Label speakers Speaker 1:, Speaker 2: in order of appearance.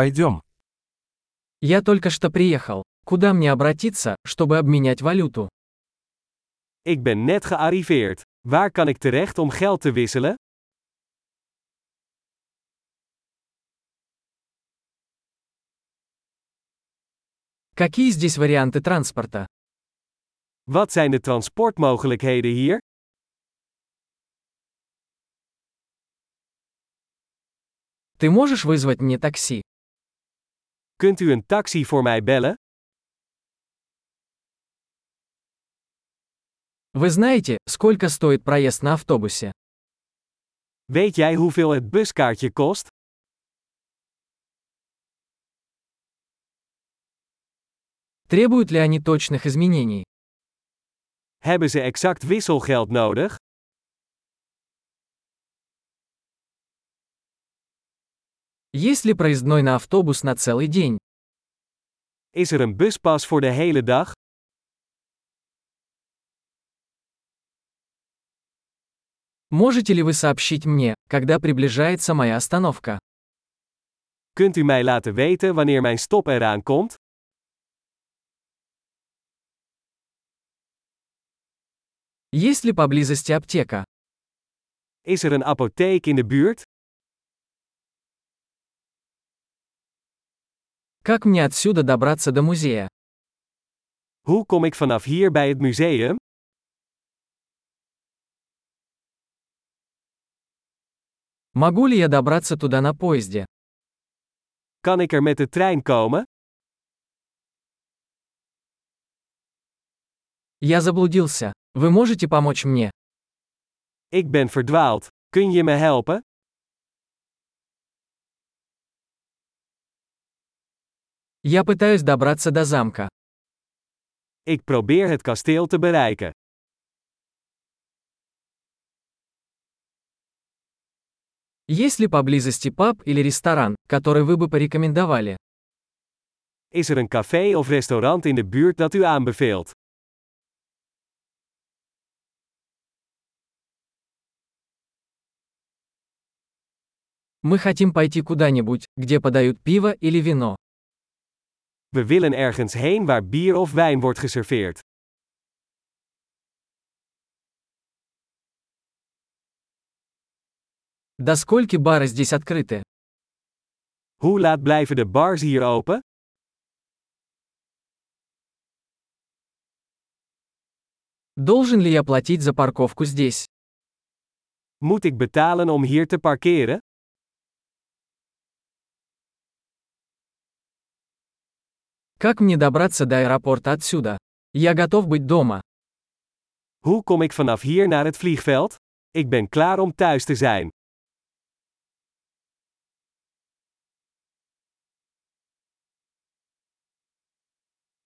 Speaker 1: Пойдем.
Speaker 2: Я только что приехал. Куда мне обратиться, чтобы обменять валюту?
Speaker 3: Ik ben net gearriveerd. Waar kan ik terecht om geld te wisselen?
Speaker 2: Какие здесь варианты транспорта?
Speaker 3: Wat zijn de transportmogelijkheden hier?
Speaker 2: Ты можешь вызвать мне такси?
Speaker 3: Kunt u een taxi voor mij bellen?
Speaker 2: Вы знаете, сколько стоит проезд на автобусе?
Speaker 3: Weet jij hoeveel het buskaartje kost?
Speaker 2: Требуют ли они точных изменений?
Speaker 3: Hebben ze exact wisselgeld nodig?
Speaker 2: Есть ли проездной на автобус на целый день?
Speaker 3: Is er een buspas voor de hele dag?
Speaker 2: Можете ли вы сообщить мне, когда приближается моя остановка?
Speaker 3: Kunt u mij laten weten wanneer mijn stop eraan komt?
Speaker 2: Есть ли поблизости аптека?
Speaker 3: Is er een apotheek in de buurt?
Speaker 2: Как мне отсюда добраться до музея?
Speaker 3: Hoe kom ik vanaf hier bij het museum?
Speaker 2: Могу ли я добраться туда на поезде?
Speaker 3: Kan ik er met de trein komen?
Speaker 2: Я заблудился. Вы можете помочь мне?
Speaker 3: Ik ben verdwaald. Kun je me helpen?
Speaker 2: Я пытаюсь добраться до замка.
Speaker 3: Ik probeer het kasteel te bereiken.
Speaker 2: Есть ли поблизости паб или ресторан, который вы бы порекомендовали?
Speaker 3: Is er een café of restaurant in de buurt dat u aanbeveelt?
Speaker 2: Мы хотим пойти куда-нибудь, где подают пиво или вино.
Speaker 3: We willen ergens heen waar bier of wijn wordt geserveerd.
Speaker 2: До скольки бары здесь открыты?
Speaker 3: Hoe laat blijven de bars hier open?
Speaker 2: Должен ли я платить за парковку здесь?
Speaker 3: Moet ik betalen om hier te parkeren?
Speaker 2: Как мне добраться до аэропорта отсюда? Я готов быть дома.
Speaker 3: Hoe kom ik vanaf hier naar het vliegveld? Ik ben klaar om thuis te zijn.